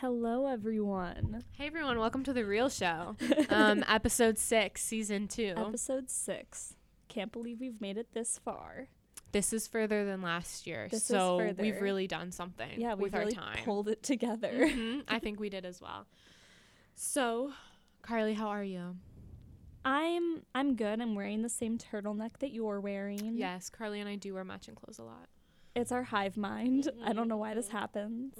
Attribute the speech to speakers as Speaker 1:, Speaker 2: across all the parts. Speaker 1: Hello, everyone.
Speaker 2: Hey everyone, welcome to the real show. Um, episode six, season two.
Speaker 1: Episode six. Can't believe we've made it this far.
Speaker 2: this is further than last year,
Speaker 1: This is
Speaker 2: so we've
Speaker 1: further.
Speaker 2: really done something.
Speaker 1: Yeah, we've
Speaker 2: with
Speaker 1: really
Speaker 2: our time.
Speaker 1: pulled it together.
Speaker 2: Mhm, I think we did as well. So, Carly, how are you?
Speaker 1: I'm I'm good. I'm wearing the same turtleneck that you're wearing.
Speaker 2: Yes, Carly and I do wear matching clothes a lot.
Speaker 1: It's our hive mind. I don't know why this
Speaker 2: Mm-hmm.
Speaker 1: happens.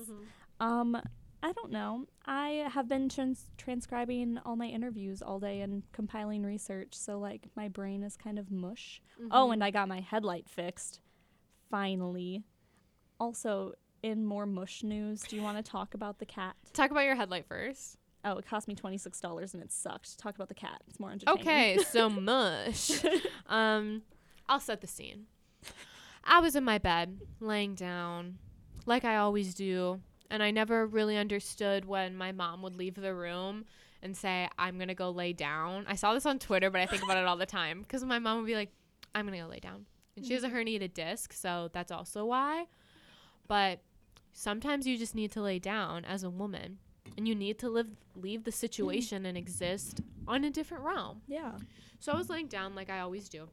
Speaker 1: Um, I don't know. I have been trans- transcribing all my interviews all day and compiling research, so like my brain is kind of mush. Oh,
Speaker 2: Mm-hmm.
Speaker 1: and I got my headlight fixed. Finally. Also, in more mush news, do you want to talk about the cat?
Speaker 2: Talk about your headlight first.
Speaker 1: Oh, it cost me twenty six dollars and it sucked. Talk about the cat. It's more entertaining.
Speaker 2: Okay, so mush. Um, I'll set the scene. I was in my bed, laying down, like I always do, and I never really understood when my mom would leave the room and say, "I'm gonna go lay down." I saw this on Twitter, but I think about it all the time because my mom would be like, "I'm gonna go lay down," and she has a herniated disc, so that's also why. But sometimes you just need to lay down as a woman, and you need to live leave the situation and exist on a different realm.
Speaker 1: Yeah.
Speaker 2: So I was laying down like I always do.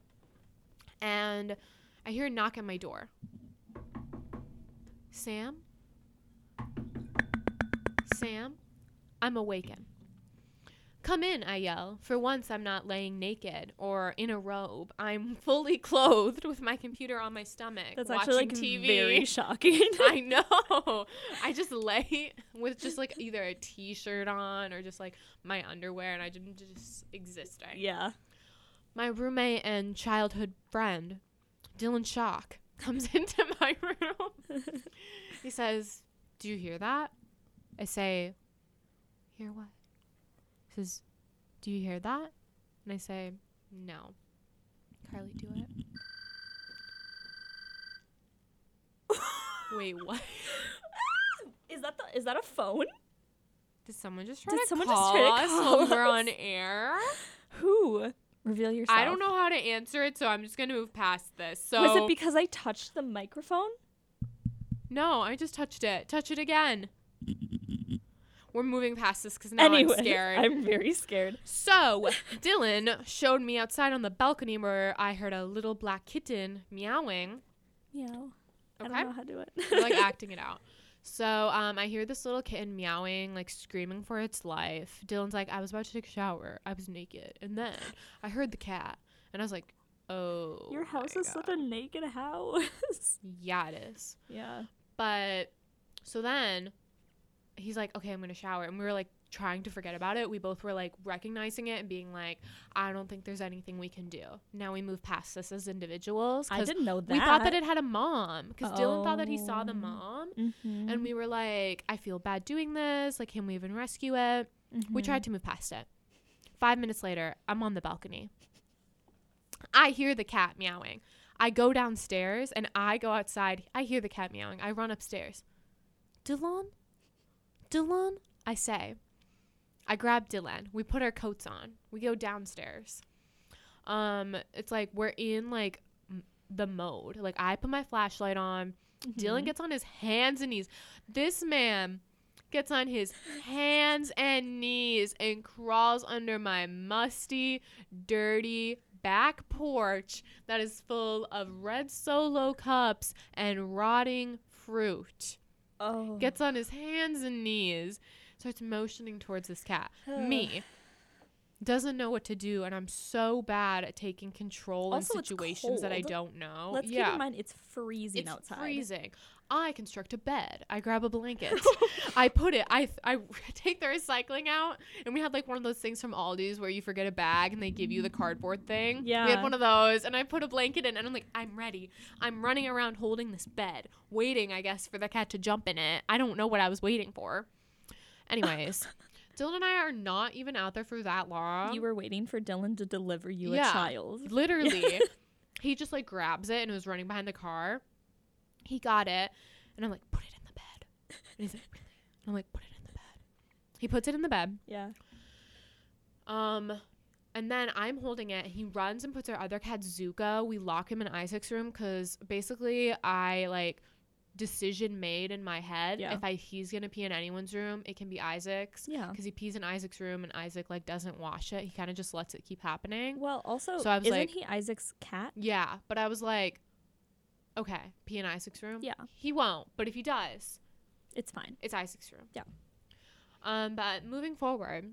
Speaker 2: And I hear a knock at my door. Sam? Sam? I'm awakened. Come in, I yell. For once, I'm not laying naked or in a robe. I'm fully clothed with my computer on my stomach.
Speaker 1: That's
Speaker 2: watching
Speaker 1: actually like
Speaker 2: TV.
Speaker 1: very shocking.
Speaker 2: I know. I just lay with just like either a t shirt on or just like my underwear and I just, just existing
Speaker 1: yeah.
Speaker 2: my roommate and childhood friend, Dylan Shock, comes into my room. He says, Do you hear that? I say, Hear what? He says, Do you hear that? And I say, No. Carly, do it. Wait, what?
Speaker 1: Is that the, is that a phone?
Speaker 2: Did someone just try
Speaker 1: Did
Speaker 2: to
Speaker 1: someone just
Speaker 2: call
Speaker 1: try to
Speaker 2: us
Speaker 1: call
Speaker 2: when we're on
Speaker 1: us?
Speaker 2: air?
Speaker 1: Who? Reveal yourself.
Speaker 2: I don't know how to answer it, so I'm just gonna move past this. So
Speaker 1: Was it because I touched the microphone?
Speaker 2: No, I just touched it. Touch it again. We're moving past this because now
Speaker 1: anyway,
Speaker 2: I'm scared.
Speaker 1: I'm very scared.
Speaker 2: So, Dylan showed me outside on the balcony where I heard a little black kitten meowing.
Speaker 1: Yeah. I
Speaker 2: Okay.
Speaker 1: don't know how to do it.
Speaker 2: We're, like acting it out. So, um, I hear this little kitten meowing, like screaming for its life. Dylan's like, I was about to take a shower. I was naked. And then I heard the cat. And I was like, oh.
Speaker 1: Your house
Speaker 2: my
Speaker 1: is such
Speaker 2: God.
Speaker 1: a naked house.
Speaker 2: Yeah, it is.
Speaker 1: Yeah.
Speaker 2: But so then he's like, okay, I'm going to shower. And we were like trying to forget about it. We both were like recognizing it and being like, I don't think there's anything we can do. Now we move past this as individuals.
Speaker 1: I
Speaker 2: 'cause
Speaker 1: didn't know that.
Speaker 2: We thought that it had a mom because Dylan thought that he saw the
Speaker 1: Oh.
Speaker 2: mom.
Speaker 1: Mm-hmm.
Speaker 2: And we were like, I feel bad doing this. Like, can we even rescue it? We tried to move past it. Five minutes later, I'm on the balcony. I hear the cat meowing. I go downstairs and I go outside. I hear the cat meowing. I run upstairs. Dylan? Dylan? I say. I grab Dylan. We put our coats on. We go downstairs. Um, it's like we're in like m- the mode. Like I put my flashlight on.
Speaker 1: Mm-hmm.
Speaker 2: Dylan gets on his hands and knees. This man gets on his hands and knees and crawls under my musty, dirty back porch that is full of red solo cups and rotting fruit.
Speaker 1: Oh.
Speaker 2: Gets on his hands and knees, starts motioning towards this cat. Me. Doesn't know what to do, and I'm so bad at taking control
Speaker 1: Also,
Speaker 2: in
Speaker 1: it's
Speaker 2: situations that I
Speaker 1: cold.
Speaker 2: don't know.
Speaker 1: Let's
Speaker 2: yeah
Speaker 1: keep in mind it's freezing
Speaker 2: it's
Speaker 1: outside.
Speaker 2: freezing. I construct a bed. I grab a blanket. I put it. I I take the recycling out, and we had like one of those things from Aldi's where you forget a bag and they give you the cardboard thing. we
Speaker 1: Yeah.
Speaker 2: had one of those, and I put a blanket in, and I'm like, I'm ready. I'm running around holding this bed, waiting, I guess, for the cat to jump in it. I don't know what I was waiting for. Anyways, Dylan and I are not even out there for that long.
Speaker 1: You were waiting for Dylan to deliver you
Speaker 2: Yeah.
Speaker 1: a child.
Speaker 2: Literally. he just like grabs it and it was running behind the car. He got it. And I'm like, put it in the bed. And he's like, really? And I'm like, put it in the bed. He puts it in the bed.
Speaker 1: Yeah.
Speaker 2: Um, and then I'm holding it. He runs and puts our other cat Zuko. We lock him in Isaac's room because basically I like decision made in my head.
Speaker 1: Yeah.
Speaker 2: If I he's gonna pee in anyone's room, it can be Isaac's
Speaker 1: Yeah.
Speaker 2: because he pees in Isaac's room and Isaac like doesn't wash it. He kind of just lets it keep happening.
Speaker 1: Well, also,
Speaker 2: So I was
Speaker 1: isn't
Speaker 2: like-
Speaker 1: he Isaac's cat?
Speaker 2: Yeah, but I was like, okay, pee in Isaac's room.
Speaker 1: Yeah.
Speaker 2: he won't. But if he does,
Speaker 1: It's fine.
Speaker 2: it's Isaac's room.
Speaker 1: Yeah.
Speaker 2: Um, but moving forward,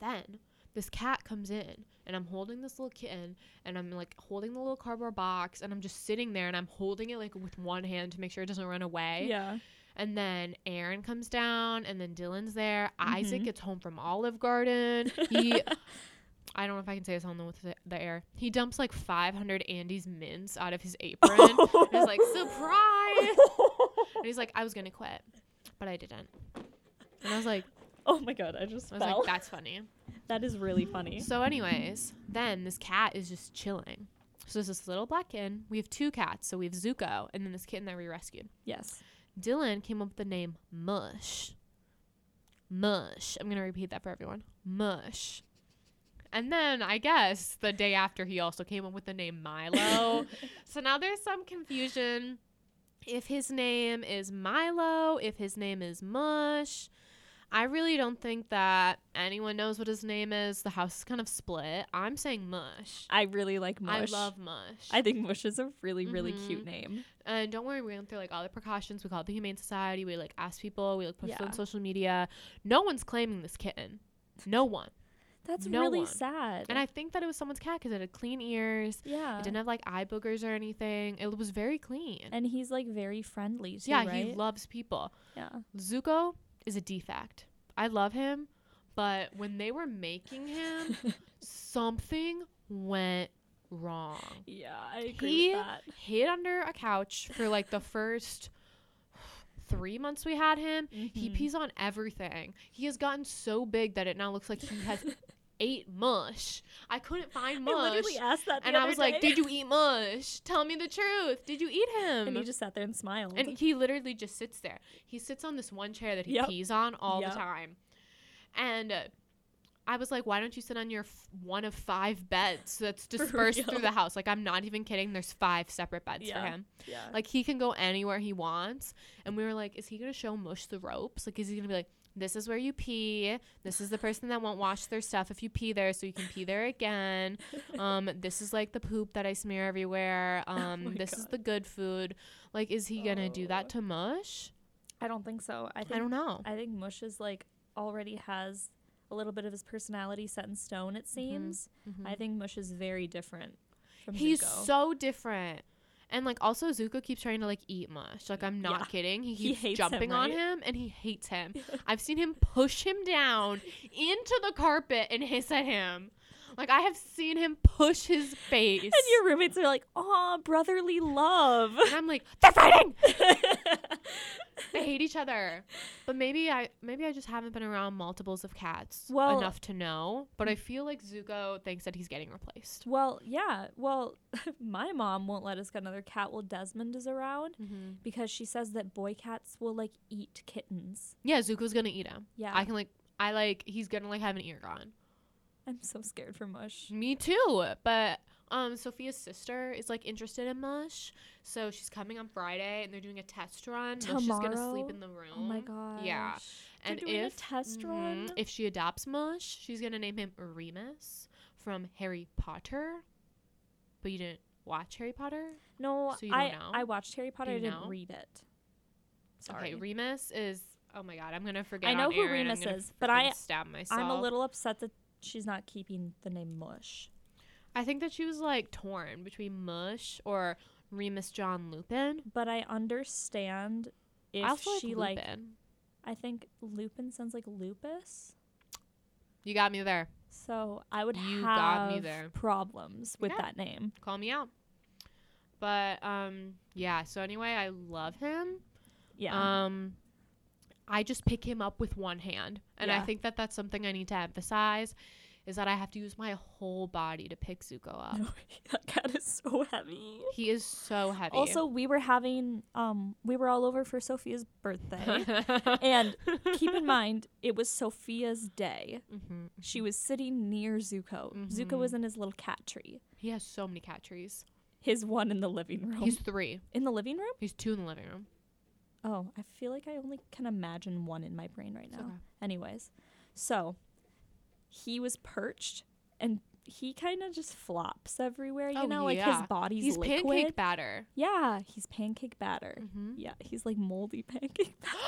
Speaker 2: then this cat comes in and I'm holding this little kitten and I'm like holding the little cardboard box and I'm just sitting there and I'm holding it like with one hand to make sure it doesn't run away.
Speaker 1: Yeah.
Speaker 2: And then Aaron comes down and then Dylan's there. Isaac
Speaker 1: Mhm.
Speaker 2: gets home from Olive Garden. He I don't know if I can say this on the with the, the air. He dumps like 500 Andy's mints out of his apron. and he's like, "Surprise!" And he's like, I was gonna quit, but I didn't. And I was like,
Speaker 1: oh my god, I just
Speaker 2: I was
Speaker 1: fell.
Speaker 2: like, that's funny.
Speaker 1: that is really funny.
Speaker 2: So, anyways, then this cat is just chilling. So there's this little black kitten. We have two cats. So we have Zuko and then this kitten that we rescued.
Speaker 1: Yes.
Speaker 2: Dylan came up with the name Mush. Mush. I'm gonna repeat that for everyone. Mush. And then I guess the day after he also came up with the name Milo. so now there's some confusion if his name is Milo, if his name is Mush. I really don't think that anyone knows what his name is. The house is kind of split. I'm saying Mush.
Speaker 1: I really like Mush.
Speaker 2: I love Mush.
Speaker 1: I think Mush is a really, really
Speaker 2: Mhm.
Speaker 1: cute name.
Speaker 2: And don't worry, we went through like all the precautions. We called the Humane Society. We like asked people. We like posted
Speaker 1: Yeah.
Speaker 2: on social media. No one's claiming this kitten. No one.
Speaker 1: That's
Speaker 2: No
Speaker 1: really
Speaker 2: one.
Speaker 1: sad.
Speaker 2: And I think that it was someone's cat because it had clean ears.
Speaker 1: yeah.
Speaker 2: It didn't have like eye boogers or anything. It was very clean.
Speaker 1: Uh. and he's like very friendly too,
Speaker 2: yeah,
Speaker 1: right?
Speaker 2: he loves people.
Speaker 1: yeah.
Speaker 2: Zuko is a defect. I love him, but when they were making him, something went wrong.
Speaker 1: Yeah, I
Speaker 2: he hid under a couch for like the first three months we had him. He
Speaker 1: Mhm.
Speaker 2: pees on everything. He has gotten so big that it now looks like he has ate mush. I couldn't find
Speaker 1: I
Speaker 2: mush.
Speaker 1: literally asked that, the
Speaker 2: And I
Speaker 1: other
Speaker 2: was like,
Speaker 1: day.
Speaker 2: Did you eat mush? Tell me the truth. Did you eat him?
Speaker 1: And he just sat there and smiled.
Speaker 2: And he literally just sits there. He sits on this one chair that he
Speaker 1: Yep.
Speaker 2: pees on all
Speaker 1: Yep.
Speaker 2: the time. And uh, I was like, why don't you sit on your f- one of five beds that's dispersed through
Speaker 1: real.
Speaker 2: the house? Like, I'm not even kidding. There's five separate beds
Speaker 1: Yeah.
Speaker 2: for him.
Speaker 1: yeah.
Speaker 2: Like, he can go anywhere he wants. And we were like, is he going to show Mush the ropes? Like, is he going to be like, this is where you pee. This is the person that won't wash their stuff if you pee there, so you can pee there again. Um, this is like the poop that I smear everywhere. Um,
Speaker 1: Oh my
Speaker 2: this is
Speaker 1: God.
Speaker 2: the good food. Like, is he gonna do
Speaker 1: Oh.
Speaker 2: that to Mush?
Speaker 1: I don't think so. I think
Speaker 2: I don't know.
Speaker 1: I think Mush is like already has a little bit of his personality set in stone.
Speaker 2: Mm-hmm.
Speaker 1: It seems. I think Mush is very different from
Speaker 2: He's
Speaker 1: Zuko.
Speaker 2: so different. And like also Zuko keeps trying to like eat Mush. Like I'm not
Speaker 1: Yeah.
Speaker 2: kidding. He
Speaker 1: He
Speaker 2: keeps
Speaker 1: hates him,
Speaker 2: jumping on
Speaker 1: right?
Speaker 2: him and he hates him. I've seen him push him down into the carpet and hiss at him. Like I have seen him push his face.
Speaker 1: and your roommates are like, "Aw, brotherly love."
Speaker 2: And I'm like, they're fighting. They hate each other. But maybe I maybe I just haven't been around multiples of cats
Speaker 1: Well- Mm.
Speaker 2: enough to know. But I feel like Zuko thinks that he's getting replaced.
Speaker 1: well, yeah. Well, my mom won't let us get another cat while Desmond is around
Speaker 2: Mm-hmm.
Speaker 1: because she says that boy cats will like eat kittens.
Speaker 2: Yeah, Zuko's gonna eat him.
Speaker 1: Yeah,
Speaker 2: I can like I like he's gonna like have an ear gone.
Speaker 1: I'm so scared for Mush.
Speaker 2: Me too. But um Sophia's sister is like interested in Mush. So she's coming on Friday and they're doing a test run. Mush is gonna
Speaker 1: Tomorrow?
Speaker 2: sleep in the room.
Speaker 1: Oh my gosh.
Speaker 2: Yeah.
Speaker 1: They're
Speaker 2: And
Speaker 1: doing a
Speaker 2: if-
Speaker 1: test
Speaker 2: Mhm.
Speaker 1: run.
Speaker 2: If she adopts Mush, she's gonna name him Remus from Harry Potter. But you didn't watch Harry Potter?
Speaker 1: No,
Speaker 2: So you don't
Speaker 1: I
Speaker 2: know?
Speaker 1: I watched Harry Potter. I
Speaker 2: you
Speaker 1: didn't
Speaker 2: know?
Speaker 1: read it. Sorry.
Speaker 2: Okay, Remus is oh my god, I'm gonna forget.
Speaker 1: I know
Speaker 2: on
Speaker 1: who
Speaker 2: air and I'm
Speaker 1: Remus
Speaker 2: gonna
Speaker 1: is, but I-
Speaker 2: freaking stab myself.
Speaker 1: I'm a little upset that she's not keeping the name Mush.
Speaker 2: I think that she was like torn between Mush or Remus John Lupin.
Speaker 1: But I understand if
Speaker 2: I also like
Speaker 1: she
Speaker 2: Lupin.
Speaker 1: like I think Lupin sounds like lupus.
Speaker 2: you got me there.
Speaker 1: So I would
Speaker 2: You
Speaker 1: have
Speaker 2: got me there.
Speaker 1: problems with
Speaker 2: Yeah.
Speaker 1: that name.
Speaker 2: Call me out. But um yeah, so anyway, I love him.
Speaker 1: Yeah.
Speaker 2: Um I just pick him up with one hand. And I
Speaker 1: Yeah.
Speaker 2: think that that's something I need to emphasize is that I have to use my whole body to pick Zuko up.
Speaker 1: that cat is so heavy.
Speaker 2: He is so heavy.
Speaker 1: Also, we were having um we were all over for Sophia's birthday. and Keep in mind, it was Sophia's day.
Speaker 2: Mhm.
Speaker 1: She was sitting near Zuko. Zuko
Speaker 2: Mhm.
Speaker 1: was in his little cat tree.
Speaker 2: He has so many cat trees.
Speaker 1: His one in the living room.
Speaker 2: He's three.
Speaker 1: in the living room?
Speaker 2: He's two in the living room.
Speaker 1: Oh, I feel like I only can imagine one in my brain right
Speaker 2: It's
Speaker 1: now.
Speaker 2: okay.
Speaker 1: Anyways, so he was perched and he kind of just flops everywhere, you
Speaker 2: Oh,
Speaker 1: know, like
Speaker 2: yeah.
Speaker 1: his body's
Speaker 2: He's
Speaker 1: liquid.
Speaker 2: pancake batter.
Speaker 1: yeah, he's pancake batter.
Speaker 2: Mm-hmm.
Speaker 1: Yeah, he's like moldy pancake batter.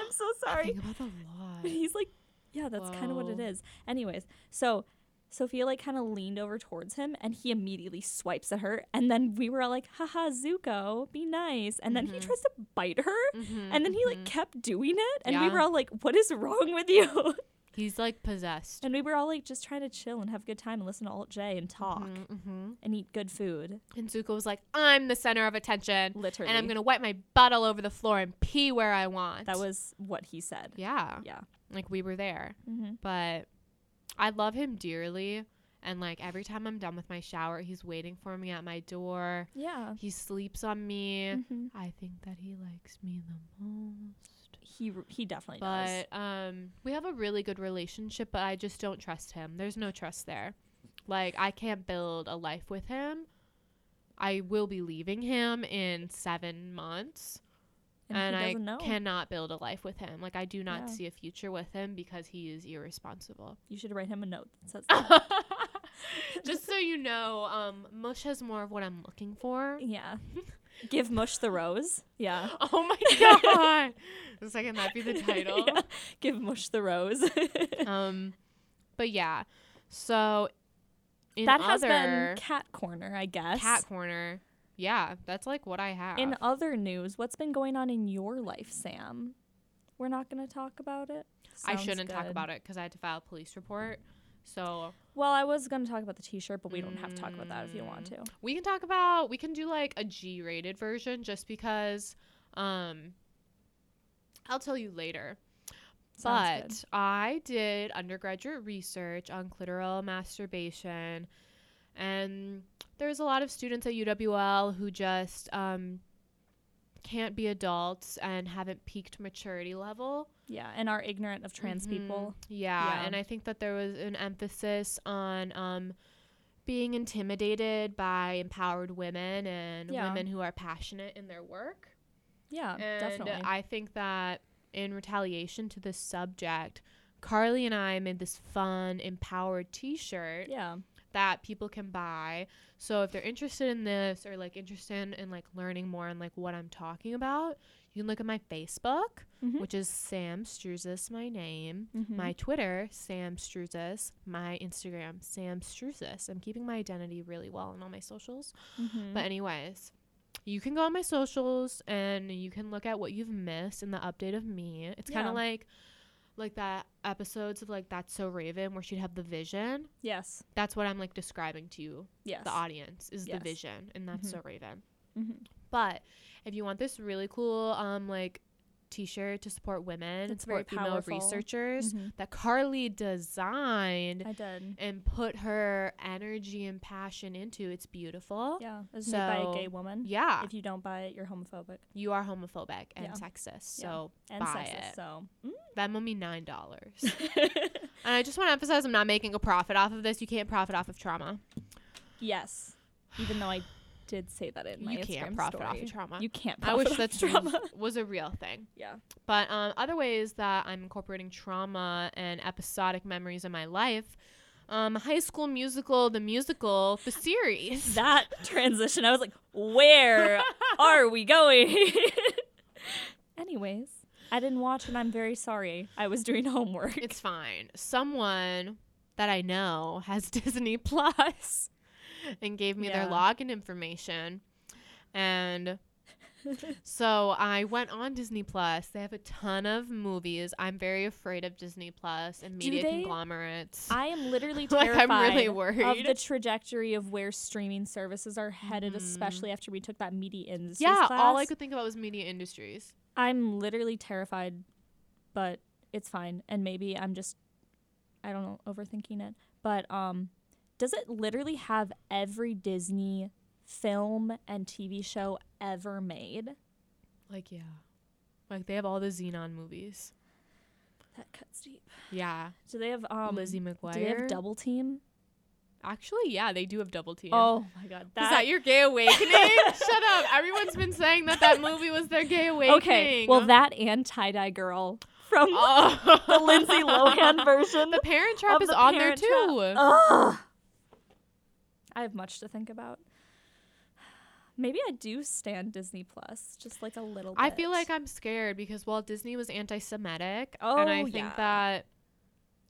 Speaker 1: I'm so sorry.
Speaker 2: Think about the lot.
Speaker 1: But he's like yeah that's kind of what it
Speaker 2: Whoa.
Speaker 1: is anyways so sophia like kind of leaned over towards him and he immediately swipes at her and then we were all like haha zuko be nice and then he
Speaker 2: Mhm.
Speaker 1: tries to bite her
Speaker 2: Mhm,
Speaker 1: and then he like
Speaker 2: mhm.
Speaker 1: kept doing it and we
Speaker 2: Yeah.
Speaker 1: were all like what is wrong with you
Speaker 2: he's like possessed.
Speaker 1: and we were all like just trying to chill and have a good time and listen to alt j and talk
Speaker 2: Mhm, mhm.
Speaker 1: and eat good food
Speaker 2: And Zuko was like, "I'm the center of attention,
Speaker 1: literally
Speaker 2: and I'm gonna wipe my butt all over the floor and pee where I want."
Speaker 1: that was what he said
Speaker 2: yeah,
Speaker 1: yeah
Speaker 2: like we were there,
Speaker 1: mm-hmm.
Speaker 2: but I love him dearly. And like every time I'm done with my shower, he's waiting for me at my door.
Speaker 1: yeah
Speaker 2: He sleeps on me.
Speaker 1: hmm
Speaker 2: I think that he likes me the most.
Speaker 1: he he definitely does
Speaker 2: But um we have a really good relationship, but I just don't trust him. There's no trust there. Like I can't build a life with him. I will be leaving him in 7 months
Speaker 1: and,
Speaker 2: and,
Speaker 1: he
Speaker 2: I
Speaker 1: doesn't know
Speaker 2: cannot build a life with him. Like I do not
Speaker 1: Yeah.
Speaker 2: see a future with him because he is irresponsible.
Speaker 1: you should write him a note that says that.
Speaker 2: just so you know, um Mush has more of what I'm looking for.
Speaker 1: Yeah. Give Mush the rose. Yeah.
Speaker 2: Oh my god. The second that be the title.
Speaker 1: Yeah. Give Mush the rose. that
Speaker 2: Um, but yeah, so in
Speaker 1: has been
Speaker 2: other
Speaker 1: Cat Corner, I guess.
Speaker 2: cat corner, yeah, that's like what I have.
Speaker 1: in other news, what's been going on in your life, Sam? We're not going to talk about it.
Speaker 2: I shouldn't talk about it because I had to file a police report. So
Speaker 1: Well, I was going to talk about the T-shirt, but we don't have to talk about that if you don't want to.
Speaker 2: we can talk about we can do like a G-rated version just because. Um, I'll tell you later.
Speaker 1: Sounds
Speaker 2: but
Speaker 1: good.
Speaker 2: I did undergraduate research on clitoral masturbation, and there's a lot of students at UWL who just um, can't be adults and haven't peaked maturity level.
Speaker 1: yeah, and are ignorant of trans
Speaker 2: Mhm.
Speaker 1: people.
Speaker 2: Yeah,
Speaker 1: Yeah.
Speaker 2: and I think that there was an emphasis on um, being intimidated by empowered women and
Speaker 1: Yeah.
Speaker 2: women who are passionate in their work.
Speaker 1: Yeah,
Speaker 2: And
Speaker 1: definitely.
Speaker 2: I think that in retaliation to this subject, Carly and I made this fun, empowered t shirt
Speaker 1: yeah,
Speaker 2: that people can buy. So if they're interested in this or like interested in like learning more on like what I'm talking about, you can look at my Facebook,
Speaker 1: Mhm.
Speaker 2: which is Sam Struzis, my name.
Speaker 1: Mhm.
Speaker 2: My Twitter, Sam Struzis. My Instagram, Sam Struzis. I'm keeping my identity really well on all my socials.
Speaker 1: Mhm.
Speaker 2: But anyways, you can go on my socials and you can look at what you've missed in the update of me. It's kind
Speaker 1: Yeah.
Speaker 2: of like like that episodes of like That's So Raven where she'd have the vision.
Speaker 1: yes,
Speaker 2: That's what I'm like describing to you,
Speaker 1: yes,
Speaker 2: the audience, is
Speaker 1: Yes. Mm-hmm.
Speaker 2: the vision and That's So Raven.
Speaker 1: Mhm.
Speaker 2: But if you want this really cool um like t-shirt to support women and
Speaker 1: It's very
Speaker 2: support female
Speaker 1: powerful.
Speaker 2: researchers
Speaker 1: Mhm.
Speaker 2: that Carly designed
Speaker 1: I did.
Speaker 2: and put her energy and passion into, it's beautiful. Yeah.
Speaker 1: Yeah, it was made by a
Speaker 2: So-
Speaker 1: gay woman. If you don't buy it, you're homophobic
Speaker 2: you are homophobic and
Speaker 1: Yeah.
Speaker 2: sexist.
Speaker 1: Yeah.
Speaker 2: So
Speaker 1: and
Speaker 2: Buy
Speaker 1: sexist.
Speaker 2: it.
Speaker 1: So
Speaker 2: that will be nine dollars. and
Speaker 1: mm.
Speaker 2: I just want to emphasize, I'm not making a profit off of this. You can't profit off of trauma.
Speaker 1: yes, even though I did say that in my
Speaker 2: you
Speaker 1: Instagram
Speaker 2: can't profit
Speaker 1: story.
Speaker 2: off of trauma.
Speaker 1: You can't.
Speaker 2: I
Speaker 1: Profit
Speaker 2: wish
Speaker 1: off
Speaker 2: that's
Speaker 1: trauma.
Speaker 2: was a real thing.
Speaker 1: yeah.
Speaker 2: But um, other ways that I'm incorporating trauma and episodic memories in my life. Um, High School Musical, the musical, the series.
Speaker 1: That transition, I was like, where are we going? Anyways, I didn't watch, and I'm very sorry. I was doing homework.
Speaker 2: It's fine. Someone that I know has Disney Plus and gave me
Speaker 1: Yeah.
Speaker 2: their login information. And so I went on Disney Plus. They have a ton of movies. I'm very afraid of Disney Plus and
Speaker 1: Do
Speaker 2: media
Speaker 1: they-
Speaker 2: conglomerates.
Speaker 1: I am literally
Speaker 2: Like,
Speaker 1: terrified
Speaker 2: I'm really
Speaker 1: of
Speaker 2: worried.
Speaker 1: the trajectory of where streaming services are headed,
Speaker 2: Mhm.
Speaker 1: especially after we took that media industry
Speaker 2: yeah,
Speaker 1: class.
Speaker 2: all I could think about was media industries.
Speaker 1: I'm literally terrified, but it's fine. And maybe I'm just, I don't know, overthinking it. But um, does it literally have every Disney film and TV show ever made?
Speaker 2: Like, yeah. Like, they have all the Xenon movies.
Speaker 1: That cuts deep.
Speaker 2: Yeah.
Speaker 1: Do they have um?
Speaker 2: Lizzie McGuire.
Speaker 1: do they have Double Team?
Speaker 2: Actually, yeah, they do have double T.
Speaker 1: Oh my god.
Speaker 2: Is that your gay awakening? Shut up. Everyone's been saying that that movie was their gay awakening.
Speaker 1: okay. Well, that and tie dye girl from
Speaker 2: Oh.
Speaker 1: the Lindsay Lohan version.
Speaker 2: The Parent Trap
Speaker 1: of
Speaker 2: is
Speaker 1: The
Speaker 2: on there
Speaker 1: Parent Trap. Oh,
Speaker 2: too.
Speaker 1: Ugh. I have much to think about. Maybe I do stand Disney Plus, just like a little.
Speaker 2: I feel
Speaker 1: bit.
Speaker 2: like I'm scared because Walt Disney was anti-Semitic,
Speaker 1: Oh,
Speaker 2: and I think
Speaker 1: yeah.
Speaker 2: that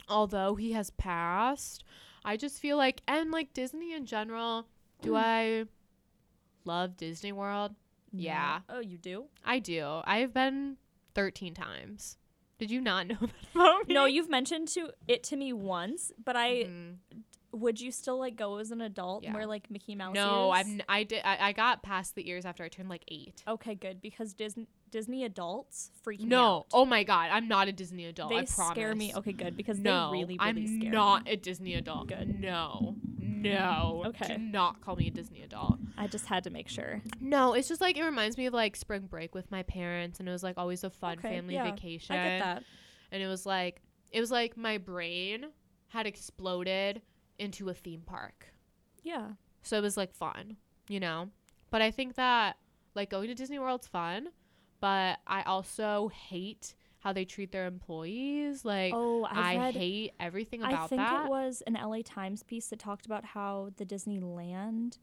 Speaker 2: although he has passed, I just feel like and like Disney in general. Do
Speaker 1: Mm.
Speaker 2: I love Disney World? Yeah.
Speaker 1: Oh, you do?
Speaker 2: I do. I've been 13 times. Did you not know that about me?
Speaker 1: No, you've mentioned to it to me once, but I
Speaker 2: Mhm.
Speaker 1: would you still like go as an adult and
Speaker 2: Yeah.
Speaker 1: wear like Mickey Mouse?
Speaker 2: no.
Speaker 1: ears?
Speaker 2: I've n- I did. I, I got past the years after I turned like eight.
Speaker 1: Okay, good because Disney Disney adults freak me
Speaker 2: No.
Speaker 1: out.
Speaker 2: Oh my god. I'm not a Disney adult.
Speaker 1: they
Speaker 2: I promise.
Speaker 1: scare me. Okay, good because
Speaker 2: no,
Speaker 1: they really really
Speaker 2: I'm
Speaker 1: scare
Speaker 2: not
Speaker 1: me.
Speaker 2: a Disney adult.
Speaker 1: Good.
Speaker 2: No, no.
Speaker 1: Okay.
Speaker 2: Do not call me a Disney adult.
Speaker 1: I just had to make sure.
Speaker 2: No, it's just like it reminds me of like spring break with my parents, and it was like always a fun
Speaker 1: Okay,
Speaker 2: family
Speaker 1: yeah, I get
Speaker 2: vacation.
Speaker 1: I get that.
Speaker 2: And it was like it was like my brain had exploded into a theme park,
Speaker 1: Yeah.
Speaker 2: so it was like fun, you know. But I think that like going to Disney World's fun, but I also hate how they treat their employees. Like
Speaker 1: Oh, I,
Speaker 2: I,
Speaker 1: read,
Speaker 2: hate everything about
Speaker 1: I think
Speaker 2: that.
Speaker 1: it was an LA Times piece that talked about how the Disneyland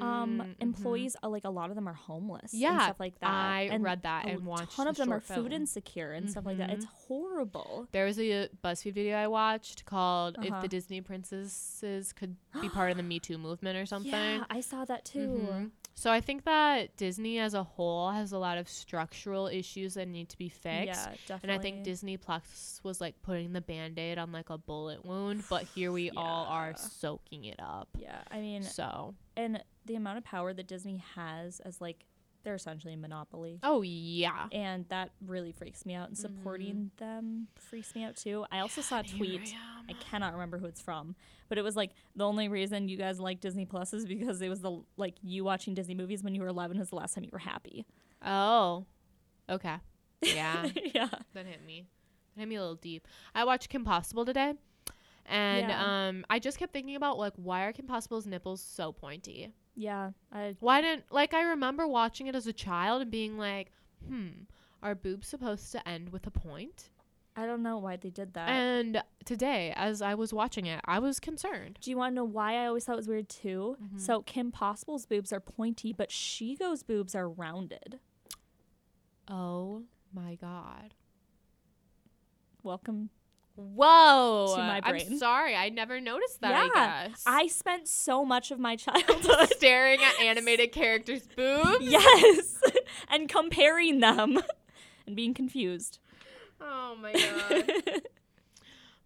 Speaker 1: um
Speaker 2: Mm, mhm.
Speaker 1: employees are like a lot of them are homeless. and
Speaker 2: Yeah,
Speaker 1: stuff like that.
Speaker 2: I
Speaker 1: and
Speaker 2: read that
Speaker 1: a
Speaker 2: and watched.
Speaker 1: ton
Speaker 2: the
Speaker 1: of them
Speaker 2: short
Speaker 1: are food
Speaker 2: film. Mm-hmm.
Speaker 1: insecure and stuff like that. It's horrible.
Speaker 2: There was a BuzzFeed video I watched called "If
Speaker 1: Uh-huh.
Speaker 2: the Disney Princesses Could Be Part of the Me Too Movement" or something.
Speaker 1: Yeah, I saw that too.
Speaker 2: Mhm. So I think that Disney as a whole has a lot of structural issues that need to be fixed.
Speaker 1: Yeah, definitely.
Speaker 2: And I think Disney Plus was like putting the band aid on like a bullet wound, but here we all
Speaker 1: Yeah.
Speaker 2: are soaking it up.
Speaker 1: Yeah, I mean,
Speaker 2: So,
Speaker 1: and the amount of power that Disney has as like they're essentially a monopoly.
Speaker 2: oh yeah.
Speaker 1: And that really freaks me out, and supporting
Speaker 2: Mm-hmm.
Speaker 1: them freaks me out too. I also saw a
Speaker 2: Here
Speaker 1: tweet.
Speaker 2: I am.
Speaker 1: I cannot remember who it's from, but it was like the only reason you guys like Disney Plus is because it was the like you watching Disney movies when you were 11 is the last time you were happy.
Speaker 2: Oh, okay. Yeah.
Speaker 1: yeah.
Speaker 2: That hit me. That hit me a little deep. I watched Kim Possible today, and
Speaker 1: Yeah.
Speaker 2: um, I just kept thinking about like why are Kim Possible's nipples so pointy?
Speaker 1: Yeah. I
Speaker 2: Why didn't like I remember watching it as a child and being like, hmm, are boobs supposed to end with a point?
Speaker 1: I don't know why they did that.
Speaker 2: and today, as I was watching it, I was concerned.
Speaker 1: do you want to know why I always thought it was weird too?
Speaker 2: Mm-hmm.
Speaker 1: So Kim Possible's boobs are pointy, but Shigo's boobs are rounded.
Speaker 2: Oh my god.
Speaker 1: Welcome.
Speaker 2: Whoa.
Speaker 1: To my
Speaker 2: I'm
Speaker 1: brain.
Speaker 2: sorry. I never noticed that. I
Speaker 1: Yeah,
Speaker 2: guess.
Speaker 1: I spent so much of my childhood.
Speaker 2: staring at animated characters' boobs.
Speaker 1: yes. and comparing them and being confused.
Speaker 2: Oh my god.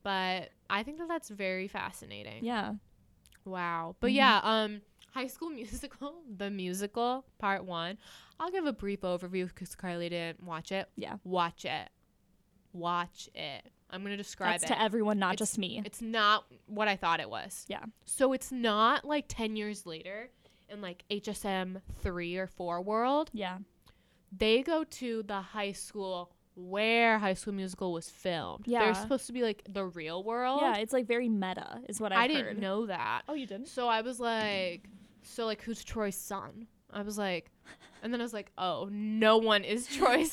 Speaker 2: but I think that that's very fascinating.
Speaker 1: yeah.
Speaker 2: Wow. But
Speaker 1: Mhm.
Speaker 2: yeah, um High School Musical, the musical, part 1. I'll give a brief overview cuz Carly didn't watch it.
Speaker 1: Yeah.
Speaker 2: Watch it. Watch it. I'm going to describe
Speaker 1: That's
Speaker 2: it.
Speaker 1: to everyone, not
Speaker 2: It's-
Speaker 1: just me.
Speaker 2: it's not what I thought it was.
Speaker 1: Yeah.
Speaker 2: So it's not like 10 years later in like HSM 3 or 4 world.
Speaker 1: Yeah.
Speaker 2: They go to the high school where High School Musical was filmed.
Speaker 1: Yeah.
Speaker 2: They're supposed to be like the real world.
Speaker 1: Yeah, it's like very meta, is what I've
Speaker 2: I didn't
Speaker 1: heard.
Speaker 2: know that.
Speaker 1: Oh, you didn't?
Speaker 2: So I was like, so like, who's Troy's son? I was like, and then I was like, oh, no one is Troy's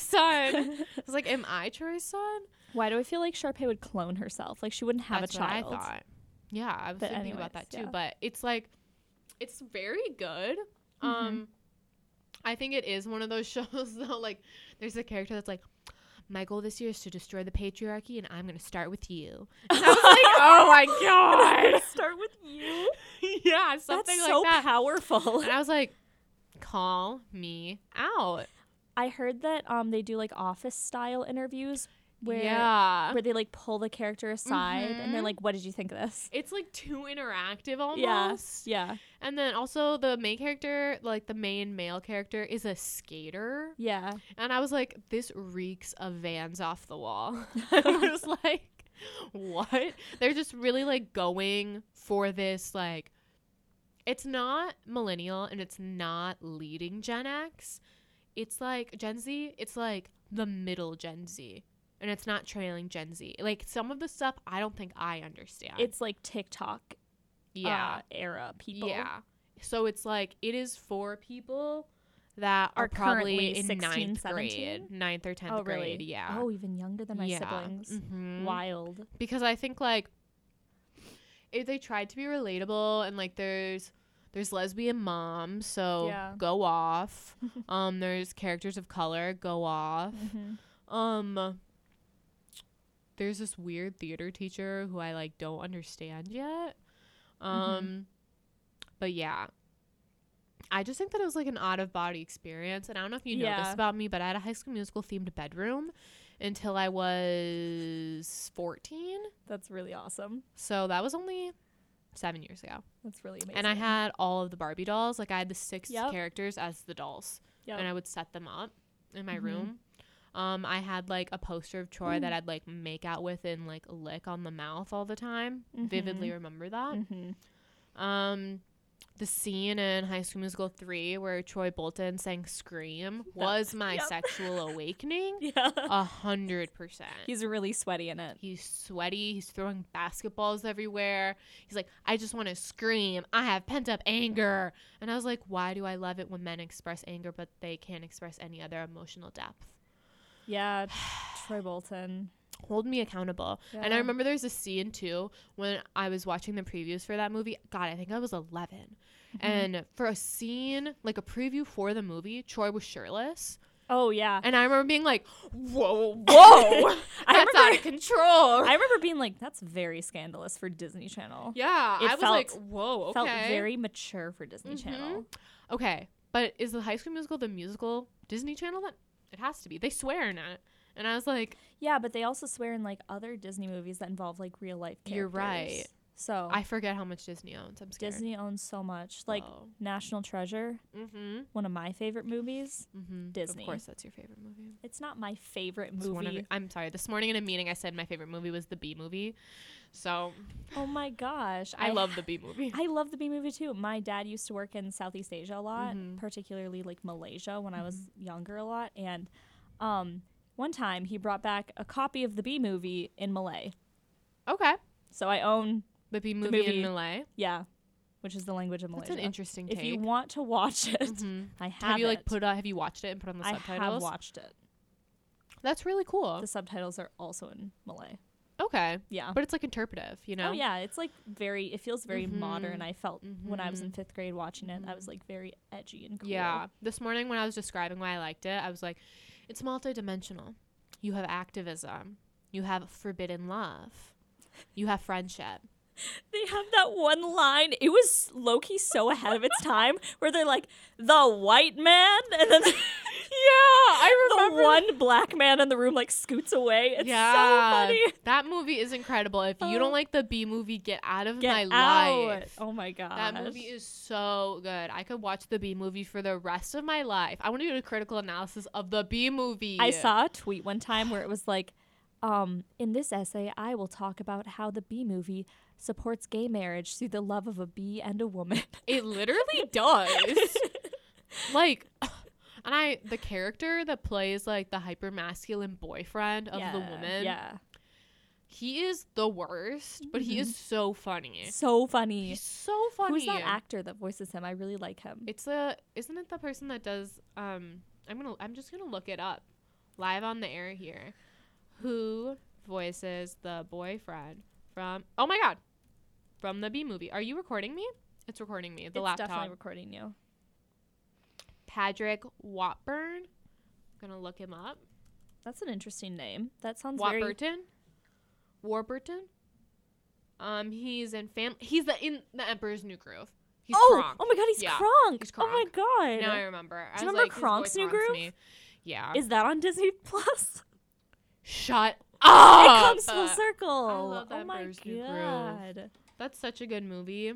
Speaker 2: son. I was like, am I Troy's son?
Speaker 1: Why do I feel like Sharpay would clone herself? Like she wouldn't have
Speaker 2: That's
Speaker 1: a
Speaker 2: what
Speaker 1: child.
Speaker 2: I thought. Yeah, I was
Speaker 1: But
Speaker 2: thinking about
Speaker 1: anyways,
Speaker 2: that too.
Speaker 1: yeah.
Speaker 2: But it's like, it's very good.
Speaker 1: Mm-hmm.
Speaker 2: Um, I think it is one of those shows though. Like, there's a character that's like. My goal this year is to destroy the patriarchy, and I'm gonna start with you. And I was like, "Oh my god!"
Speaker 1: Start with you.
Speaker 2: yeah, something
Speaker 1: That's
Speaker 2: like
Speaker 1: so
Speaker 2: that.
Speaker 1: powerful.
Speaker 2: And I was like, call me out.
Speaker 1: I heard that um they do like office style interviews where
Speaker 2: yeah.
Speaker 1: where they like pull the character aside and they're
Speaker 2: Mhm.
Speaker 1: like, "What did you think of this?"
Speaker 2: it's like too interactive almost.
Speaker 1: Yeah,
Speaker 2: And then also the main character, like the main male character, is a skater.
Speaker 1: yeah,
Speaker 2: And I was like, this reeks of vans off the wall. I was like, what? They're just really like going for this, like, it's not millennial and it's not leading Gen X. It's like Gen Z, it's like the middle Gen Z. And it's not trailing Gen Z. Like some of the stuff I don't think I understand.
Speaker 1: It's like TikTok yeah. uh, era people.
Speaker 2: Yeah. So it's like it is for people that are,
Speaker 1: Are
Speaker 2: probably
Speaker 1: currently
Speaker 2: in
Speaker 1: 16,
Speaker 2: ninth
Speaker 1: 17?
Speaker 2: grade, ninth or tenth
Speaker 1: Oh, really?
Speaker 2: grade. Yeah.
Speaker 1: Oh, even younger than my
Speaker 2: Yeah.
Speaker 1: siblings.
Speaker 2: Mhm.
Speaker 1: Wild.
Speaker 2: Because I think like if they tried to be relatable and like there's there's lesbian mom, so
Speaker 1: Yeah.
Speaker 2: go off. um, there's characters of color, go off.
Speaker 1: Mm-hmm.
Speaker 2: Um, there's this weird theater teacher who I like don't understand yet. Um, but yeah, I just think that it was like an out of body experience, and I don't know if you know this
Speaker 1: Yeah.
Speaker 2: about me, but I had a High School Musical themed bedroom until I was fourteen,
Speaker 1: That's really awesome.
Speaker 2: so that was only seven years ago.
Speaker 1: That's really amazing.
Speaker 2: And I had all of the Barbie dolls, like I had the six
Speaker 1: Yep.
Speaker 2: characters as the dolls
Speaker 1: Yep.
Speaker 2: and I would set them up in my
Speaker 1: Mhm.
Speaker 2: room. Um, I had like a poster of Troy
Speaker 1: Mm.
Speaker 2: that I'd like make out with and like lick on the mouth all the time.
Speaker 1: Mm-hmm.
Speaker 2: Vividly remember that.
Speaker 1: Mhm.
Speaker 2: Um, the scene in High School Musical three where Troy Bolton sang "Scream" was my
Speaker 1: yep.
Speaker 2: sexual awakening.
Speaker 1: Yeah.
Speaker 2: A hundred percent.
Speaker 1: He's really sweaty in it.
Speaker 2: He's sweaty. He's throwing basketballs everywhere. He's like, I just want to scream. I have pent up anger. And I was like, why do I love it when men express anger, but they can't express any other emotional depth?
Speaker 1: Yeah. Troy Bolton.
Speaker 2: Hold me accountable. And I
Speaker 1: Yeah.
Speaker 2: remember there's a scene too when I was watching the previews for that movie. God, I think I was 11.
Speaker 1: Mm-hmm.
Speaker 2: And for a scene, like a preview for the movie, Troy was shirtless.
Speaker 1: Oh yeah.
Speaker 2: And I remember being like, whoa, whoa, that's
Speaker 1: I
Speaker 2: out
Speaker 1: remember.
Speaker 2: of control.
Speaker 1: I remember being like, "That's very scandalous for Disney Channel."
Speaker 2: yeah,
Speaker 1: It
Speaker 2: I was
Speaker 1: felt-
Speaker 2: like, whoa, okay. Mm-hmm.
Speaker 1: Felt very mature for Disney Channel.
Speaker 2: Okay, but is the High School Musical the musical Disney Channel? That it has to be. They swear in it, and I was like,
Speaker 1: Yeah, but they also swear in like other Disney movies that involve like real life characters.
Speaker 2: You're right.
Speaker 1: So
Speaker 2: I Oh. forget how much Disney owns. I'm scared.
Speaker 1: Oh. Disney owns so much. Like National Treasure,
Speaker 2: mm-hmm,
Speaker 1: one of my favorite movies.
Speaker 2: mm-hmm.
Speaker 1: Disney.
Speaker 2: Of course, that's your favorite movie.
Speaker 1: It's not my favorite
Speaker 2: It's one of your-
Speaker 1: movie.
Speaker 2: I'm sorry. This morning in a meeting, I said my favorite movie was the B movie. So
Speaker 1: Oh my gosh.
Speaker 2: I, love the B movie.
Speaker 1: I love the B movie too. My dad used to work in Southeast Asia a lot,
Speaker 2: Mhm.
Speaker 1: particularly like Malaysia when I was
Speaker 2: Mm-hmm.
Speaker 1: younger a lot. And um, one time he brought back a copy of the B movie in Malay.
Speaker 2: okay,
Speaker 1: So I own,
Speaker 2: the B movie,
Speaker 1: movie-
Speaker 2: in Malay.
Speaker 1: yeah, which is the language of
Speaker 2: That's
Speaker 1: Malaysia.
Speaker 2: an interesting take.
Speaker 1: If you want to watch it,
Speaker 2: Mhm.
Speaker 1: I have.
Speaker 2: Have you like
Speaker 1: it.
Speaker 2: put? On, have you watched it and put on the
Speaker 1: I
Speaker 2: subtitles?
Speaker 1: have watched it.
Speaker 2: That's really cool.
Speaker 1: The subtitles are also in Malay.
Speaker 2: Okay,
Speaker 1: Yeah.
Speaker 2: but it's like interpretive, you know?
Speaker 1: Uh. Oh yeah, it's like very. It feels very modern.
Speaker 2: Mhm.
Speaker 1: I felt when I was in fifth grade watching it, I
Speaker 2: Mhm.
Speaker 1: was like very edgy and cool.
Speaker 2: Yeah. This morning when I was describing why I liked it, I was like, it's multidimensional. You have activism. You have forbidden love. You have friendship.
Speaker 1: They have that one line. It was Loki so ahead of its time, where they're like the white man, and then yeah, I
Speaker 2: remember
Speaker 1: the one black man in the room like scoots away. It's so funny.
Speaker 2: That movie is incredible. If you
Speaker 1: Oh.
Speaker 2: don't like the B movie, get out of
Speaker 1: Get
Speaker 2: my
Speaker 1: out!
Speaker 2: life.
Speaker 1: Oh my god,
Speaker 2: That movie is so good. I could watch the B movie for the rest of my life. I want to do a critical analysis of the B movie.
Speaker 1: I saw a tweet one time where it was like, um, in this essay, I will talk about how the bee movie supports gay marriage through the love of a bee and a woman.
Speaker 2: It literally does. like and I the character that plays like the hyper masculine boyfriend of the woman.
Speaker 1: Yeah.
Speaker 2: He is the worst, but he is so funny.
Speaker 1: So funny.
Speaker 2: He's so funny.
Speaker 1: Mm-hmm. Who's that actor that voices him? I really like him.
Speaker 2: It's the isn't it the person that does um I'm gonna I'm just gonna look it up live on the air here. Who voices the boyfriend from Oh my god. From the B movie. Are you recording me? It's recording me. The
Speaker 1: It's
Speaker 2: laptop.
Speaker 1: definitely recording you.
Speaker 2: Patrick Watburn. gonna look him up.
Speaker 1: That's an interesting name. That sounds very.
Speaker 2: Warburton. Warburton. Um, he's in fam. He's the in the Emperor's New Groove. He's
Speaker 1: oh,
Speaker 2: Kronk.
Speaker 1: oh my God, he's
Speaker 2: Yeah,
Speaker 1: Kronk.
Speaker 2: he's
Speaker 1: Oh my
Speaker 2: Kronk.
Speaker 1: God.
Speaker 2: Now I remember. I
Speaker 1: Do you
Speaker 2: was
Speaker 1: remember
Speaker 2: like, his
Speaker 1: Kronk's
Speaker 2: voice
Speaker 1: New
Speaker 2: haunts
Speaker 1: Groove?
Speaker 2: me. Yeah.
Speaker 1: Is that on Disney Plus?
Speaker 2: Shut
Speaker 1: it
Speaker 2: up.
Speaker 1: comes full circle.
Speaker 2: love
Speaker 1: oh
Speaker 2: that
Speaker 1: my
Speaker 2: Emperor's New Groove.
Speaker 1: God.
Speaker 2: That's such a good movie.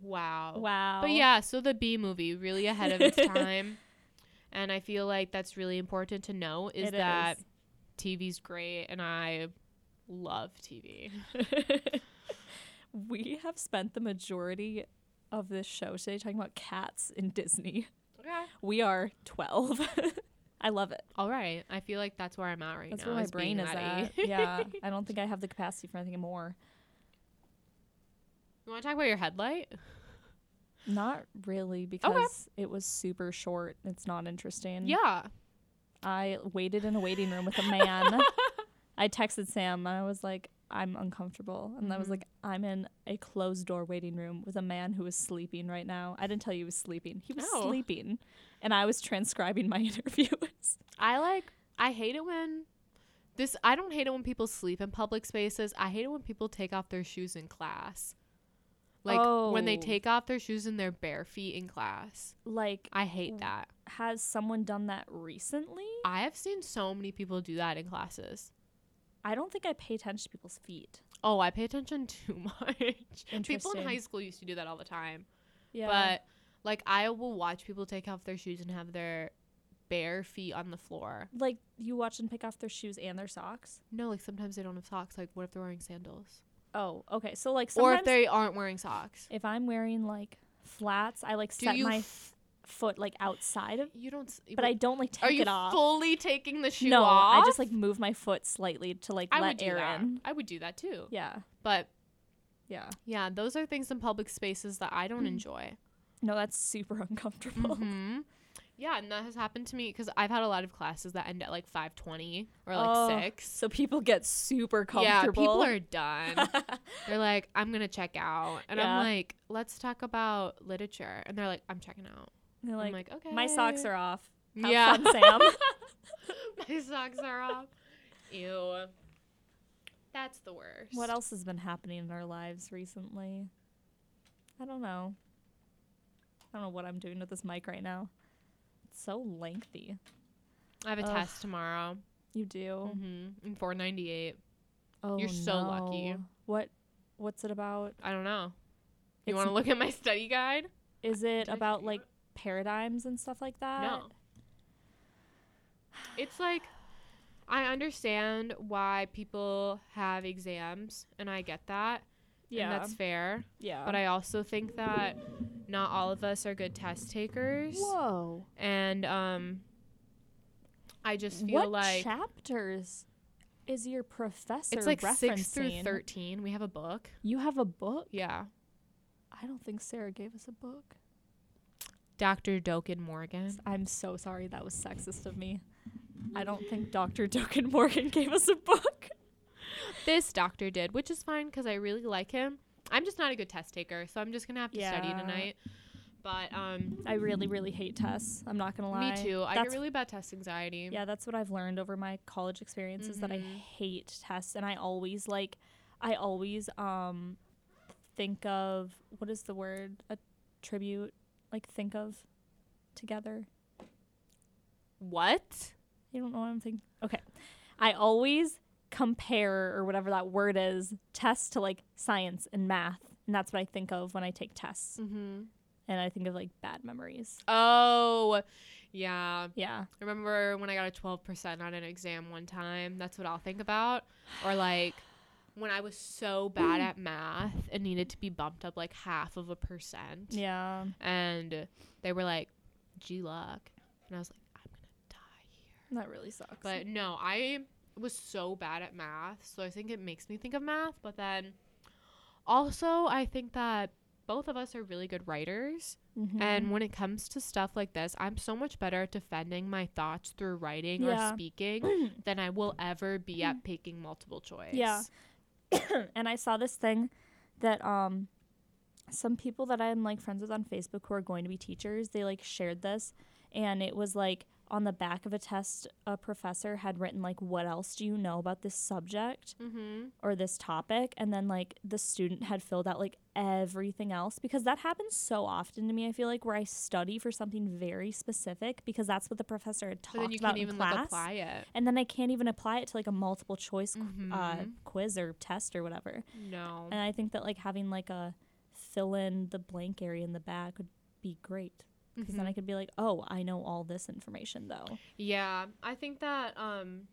Speaker 2: Wow.
Speaker 1: Wow.
Speaker 2: Oh. But yeah, so the B movie really ahead of its time, and I feel like that's really important to know is
Speaker 1: It
Speaker 2: that
Speaker 1: is.
Speaker 2: TV's great, and I love TV.
Speaker 1: we have spent the majority of this show today talking about cats in Disney.
Speaker 2: Okay.
Speaker 1: We are 12. I love it.
Speaker 2: All right. I feel like that's where I'm at right
Speaker 1: That's
Speaker 2: now.
Speaker 1: where my
Speaker 2: being
Speaker 1: brain is
Speaker 2: that
Speaker 1: at.
Speaker 2: age.
Speaker 1: yeah. I don't think I have the capacity for anything more.
Speaker 2: You want to talk about your headlight?
Speaker 1: Not really because it was super short. It's not interesting.
Speaker 2: Yeah.
Speaker 1: I waited in a waiting room with a man. I texted Sam and I was like, I'm uncomfortable. And I was
Speaker 2: Mhm.
Speaker 1: like, I'm in a closed door waiting room with a man who is sleeping right now. I didn't tell you he was sleeping. He was
Speaker 2: Oh.
Speaker 1: sleeping. And I was transcribing my interviews.
Speaker 2: I like I hate it when this I don't hate it when people sleep in public spaces. I hate it when people take off their shoes in class. Like when they
Speaker 1: Oh.
Speaker 2: take off their shoes and their bare feet in class.
Speaker 1: like,
Speaker 2: I hate
Speaker 1: Mm.
Speaker 2: that.
Speaker 1: has someone done that recently?
Speaker 2: I have seen so many people do that in classes.
Speaker 1: I don't think I pay attention to people's feet.
Speaker 2: Oh, I pay attention too much. People in
Speaker 1: Interesting.
Speaker 2: high school used to do that all the time.
Speaker 1: Yeah.
Speaker 2: But like I will watch people take off their shoes and have their bare feet on the floor.
Speaker 1: like you watch them pick off their shoes and their socks.
Speaker 2: No, like sometimes they don't have socks. Like what if they're wearing sandals?
Speaker 1: Oh, okay. So like
Speaker 2: Or
Speaker 1: sometimes
Speaker 2: if they aren't wearing socks.
Speaker 1: if I'm wearing like flats, I like
Speaker 2: Do
Speaker 1: set
Speaker 2: you
Speaker 1: my foot like outside of,
Speaker 2: You don't. s-
Speaker 1: but I don't like take
Speaker 2: are you
Speaker 1: it off.
Speaker 2: fully taking the shoe
Speaker 1: no,
Speaker 2: off?
Speaker 1: I just like move my foot slightly to like
Speaker 2: I would
Speaker 1: let
Speaker 2: do
Speaker 1: air
Speaker 2: that.
Speaker 1: in.
Speaker 2: I would do that too.
Speaker 1: Yeah,
Speaker 2: But
Speaker 1: yeah.
Speaker 2: yeah, those are things in public spaces that I
Speaker 1: Mm.
Speaker 2: don't enjoy.
Speaker 1: No, that's super uncomfortable.
Speaker 2: hmm Yeah, and that has happened to me because I've had a lot of classes that end at like five twenty or like
Speaker 1: Oh,
Speaker 2: six.
Speaker 1: So people get super
Speaker 2: Yeah,
Speaker 1: comfortable.
Speaker 2: people are done. they're like, I'm gonna check out, and
Speaker 1: Yeah.
Speaker 2: I'm like, let's talk about literature, and they're like, I'm checking out.
Speaker 1: They're like,
Speaker 2: I'm like, okay,
Speaker 1: my socks are off. Have
Speaker 2: Oh yeah,
Speaker 1: fun, Sam.
Speaker 2: my socks are off. Ew, that's the worst.
Speaker 1: what else has been happening in our lives recently? I don't know. I don't know what I'm doing with this mic right now. It's so lengthy.
Speaker 2: I have a
Speaker 1: Ugh. Oh.
Speaker 2: test tomorrow.
Speaker 1: You do.
Speaker 2: Mm-hmm. In 498.
Speaker 1: Oh,
Speaker 2: You're so lucky.
Speaker 1: no. What? What's it about?
Speaker 2: I don't know. You
Speaker 1: It's-
Speaker 2: want to look at my study guide?
Speaker 1: Is it
Speaker 2: Did I
Speaker 1: about
Speaker 2: figure
Speaker 1: like
Speaker 2: it?
Speaker 1: paradigms and stuff like that?
Speaker 2: No. It's like I understand why people have exams, and I get that.
Speaker 1: Yeah.
Speaker 2: and that's fair.
Speaker 1: yeah.
Speaker 2: But I also think that not all of us are good test takers,
Speaker 1: Whoa.
Speaker 2: and um, I just feel
Speaker 1: what
Speaker 2: like
Speaker 1: chapters is your professor
Speaker 2: it's like
Speaker 1: referencing?
Speaker 2: six through thirteen. We have a book.
Speaker 1: You have a book?
Speaker 2: Yeah,
Speaker 1: I don't think Sarah gave us a book.
Speaker 2: Dr. Doken Morgan.
Speaker 1: I'm so sorry. That was sexist of me. I don't think Dr. Doken Morgan gave us a book.
Speaker 2: this doctor did, which is fine because I really like him. I'm just not a good test taker, so I'm just gonna have to study
Speaker 1: Yeah.
Speaker 2: tonight. But um,
Speaker 1: I really, really hate tests. I'm not gonna lie.
Speaker 2: me too. I get
Speaker 1: That's-
Speaker 2: really bad test anxiety.
Speaker 1: Yeah, that's what I've learned over my college experience is that I
Speaker 2: Mhm.
Speaker 1: hate tests and I always like I always um think of what is the word? A tribute, like think of together.
Speaker 2: What?
Speaker 1: You don't know what I'm thinking. Okay. I always compare or whatever that word is, tests to like science and math. And that's what I think of when I take tests.
Speaker 2: Mm-hmm.
Speaker 1: And I think of like bad memories.
Speaker 2: Oh, yeah.
Speaker 1: Yeah.
Speaker 2: I remember when I got a 12% on an exam one time. That's what I'll think about. Or like when I was so bad at math and needed to be bumped up like half of a percent.
Speaker 1: Yeah.
Speaker 2: And they were like, G luck. And I was like, I'm going to die here.
Speaker 1: That really sucks.
Speaker 2: But no, I was so bad at math, so I think it makes me think of math. But then also, I think that both of us are really good writers.
Speaker 1: Mm-hmm.
Speaker 2: And when it comes to stuff like this, I'm so much better at defending my thoughts through writing
Speaker 1: Yeah. Mm-hmm.
Speaker 2: or speaking than I will ever be at picking multiple choice.
Speaker 1: Yeah. and I saw this thing that um some people that I'm like friends with on Facebook who are going to be teachers, they like shared this and it was like on the back of a test a professor had written like what else do you know about this subject
Speaker 2: Mm-hmm.
Speaker 1: or this topic and then like the student had filled out like everything else because that happens so often to me I feel like where I study for something very specific because that's what the professor had talked
Speaker 2: But then you
Speaker 1: about
Speaker 2: can't even
Speaker 1: in
Speaker 2: like
Speaker 1: class
Speaker 2: apply it.
Speaker 1: and then I can't even apply it to like a multiple choice qu- uh,
Speaker 2: Mhm.
Speaker 1: quiz or test or whatever
Speaker 2: No.
Speaker 1: and I think that like having like a fill in the blank area in the back would be great
Speaker 2: Mm-hmm.
Speaker 1: because then I could be like, oh, I know all this information though.
Speaker 2: Yeah, I think that um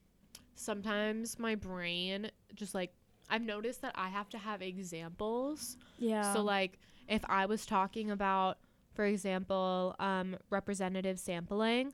Speaker 2: sometimes my brain just like I've noticed that I have to have examples.
Speaker 1: Yeah.
Speaker 2: So like if I was talking about for example, um representative sampling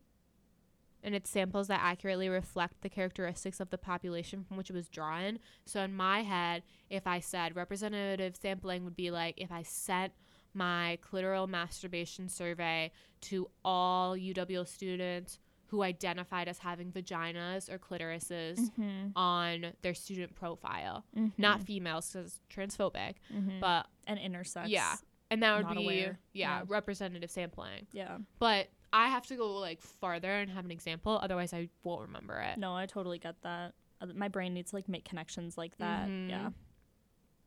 Speaker 2: and it's samples that accurately reflect the characteristics of the population from which it was drawn. So in my head, if I said representative sampling would be like if I sent my clitoral masturbation survey to all UWL students who identified as having vaginas or clitorises
Speaker 1: Mm-hmm.
Speaker 2: on their student profile. Not females because transphobic,
Speaker 1: mm-hmm.
Speaker 2: but
Speaker 1: and intersex.
Speaker 2: yeah. and that would
Speaker 1: Not
Speaker 2: be
Speaker 1: aware.
Speaker 2: yeah,
Speaker 1: Yeah.
Speaker 2: representative sampling.
Speaker 1: Yeah.
Speaker 2: But I have to go like farther and have an example, otherwise I won't remember it.
Speaker 1: No, I totally get that. Uh, My brain needs to like make connections like that.
Speaker 2: Mhm.
Speaker 1: Yeah.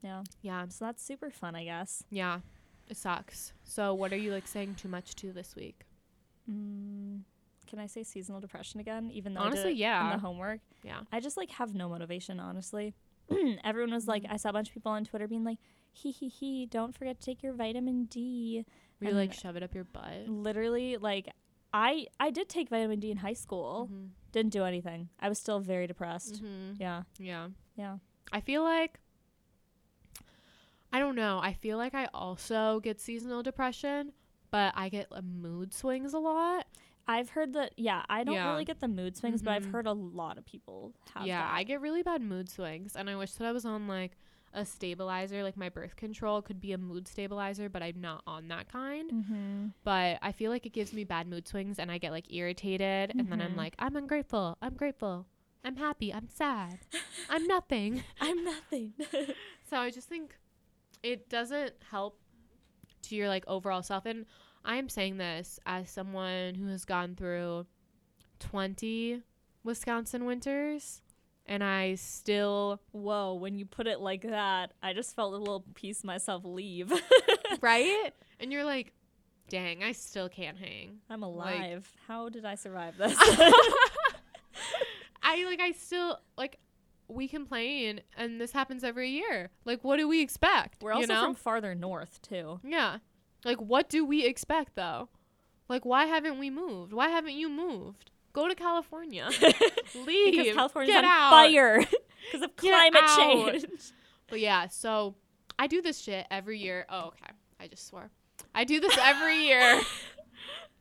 Speaker 1: Yeah.
Speaker 2: Yeah,
Speaker 1: So that's super fun, I guess.
Speaker 2: yeah, it sucks. So what are you like saying too much to this week?
Speaker 1: Mm, can I say seasonal depression again? Even though I
Speaker 2: Honestly,
Speaker 1: did it in
Speaker 2: yeah.
Speaker 1: the homework,
Speaker 2: Yeah,
Speaker 1: I just like have no motivation. Honestly, everyone was like, I saw a bunch of people on Twitter being like, "He he he! Don't forget to take your vitamin D."
Speaker 2: we
Speaker 1: And-
Speaker 2: like shove it up your butt.
Speaker 1: Literally, like, I I did take vitamin D in high school.
Speaker 2: Mhm.
Speaker 1: Didn't do anything. I was still very depressed.
Speaker 2: Mhm.
Speaker 1: Yeah,
Speaker 2: Yeah,
Speaker 1: yeah.
Speaker 2: I feel like I don't know. I feel like I also get seasonal depression, but I get uh, mood swings a lot.
Speaker 1: I've heard that. Yeah, I don't
Speaker 2: Yeah.
Speaker 1: really get the mood swings, but I've
Speaker 2: Mhm.
Speaker 1: heard a lot of people have.
Speaker 2: yeah
Speaker 1: that.
Speaker 2: i get really bad mood swings and i wish that i was on like a stabilizer like my birth control could be a mood stabilizer but i'm not on that kind
Speaker 1: Mm-hmm.
Speaker 2: but i feel like it gives me bad mood swings and i get like irritated and then i'm
Speaker 1: Mhm.
Speaker 2: like i'm ungrateful i'm grateful i'm happy i'm sad i'm nothing
Speaker 1: I'm nothing.
Speaker 2: so i just think it doesn't help to your like overall self and i'm saying this as someone who has gone through 20 wisconsin winters and i still
Speaker 1: Whoa, when you put it like that, I just felt a little piece of myself leave.
Speaker 2: right? And you're like, dang, I still can't hang.
Speaker 1: I'm alive. How did I survive this?
Speaker 2: I like, I still like, we complain, and this happens every year. Like, what do we expect?
Speaker 1: We're also
Speaker 2: you know?
Speaker 1: from farther north, too.
Speaker 2: yeah. Like, what do we expect though? Like, why haven't we moved? Why haven't you moved? Go to California. Leave.
Speaker 1: because California's
Speaker 2: Get
Speaker 1: on
Speaker 2: out.
Speaker 1: fire because of
Speaker 2: Get
Speaker 1: climate
Speaker 2: out.
Speaker 1: change.
Speaker 2: But yeah, so I do this shit every year. Oh, okay. I just swore. I do this every year.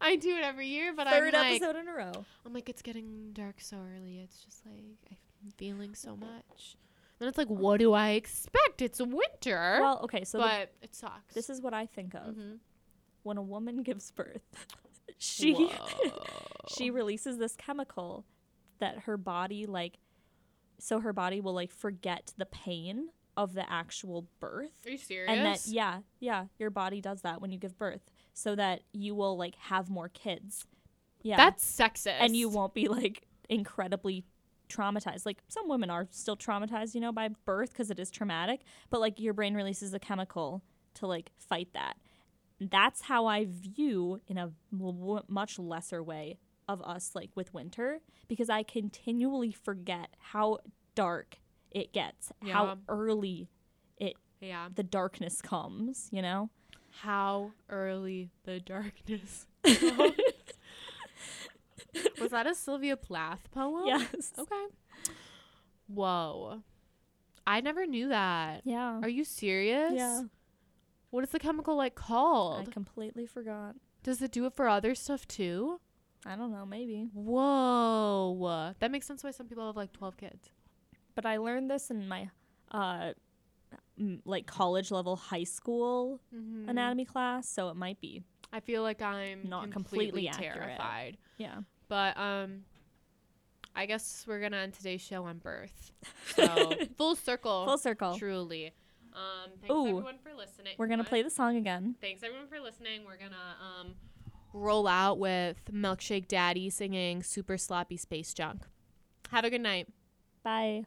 Speaker 2: I do it every year, but
Speaker 1: 3rd
Speaker 2: I'm like,
Speaker 1: episode in a row.
Speaker 2: I'm like, it's getting dark so early. It's just like I'm feeling so much. Then it's like, what do I expect? It's winter,
Speaker 1: Well, okay, so the-
Speaker 2: but it sucks.
Speaker 1: this is what I think of
Speaker 2: Mhm.
Speaker 1: when a woman gives birth. She she releases this chemical that her body like so her body will like forget the pain of the actual birth.
Speaker 2: Are you serious?
Speaker 1: and that yeah yeah your body does that when you give birth so that you will like have more kids yeah
Speaker 2: That's sexist.
Speaker 1: and you won't be like incredibly traumatized like some women are still traumatized you know by birth because it is traumatic but like your brain releases a chemical to like fight that that's how i view in a w- much lesser way of us like with winter because i continually forget how dark it gets
Speaker 2: Yeah.
Speaker 1: how early
Speaker 2: Yeah.
Speaker 1: the darkness comes, you know?
Speaker 2: How early the darkness. Uh-huh.
Speaker 1: yes.
Speaker 2: Was that a Sylvia Plath poem? Oh, Okay. Whoa. I never knew that.
Speaker 1: Yeah.
Speaker 2: Are you serious?
Speaker 1: Yeah.
Speaker 2: What is the chemical like
Speaker 1: I
Speaker 2: called?
Speaker 1: completely forgot.
Speaker 2: Does it do it for other stuff too?
Speaker 1: I don't know, maybe.
Speaker 2: Whoa. That makes sense why some people have like 12 kids.
Speaker 1: But I learned this in my uh m- like college level high school
Speaker 2: Mm.
Speaker 1: anatomy class, so it might be.
Speaker 2: I feel like I'm
Speaker 1: Not
Speaker 2: completely,
Speaker 1: completely accurate.
Speaker 2: terrified.
Speaker 1: Yeah.
Speaker 2: But um I guess we're going to end today's show on birth. So, full circle.
Speaker 1: Full circle.
Speaker 2: Truly. Um thanks
Speaker 1: Ooh.
Speaker 2: everyone for listening.
Speaker 1: We're going to
Speaker 2: What?
Speaker 1: play the song again.
Speaker 2: Thanks everyone for listening. We're going to um roll out with Milkshake Daddy singing Super Sloppy Space Junk. Have a good night.
Speaker 1: Bye.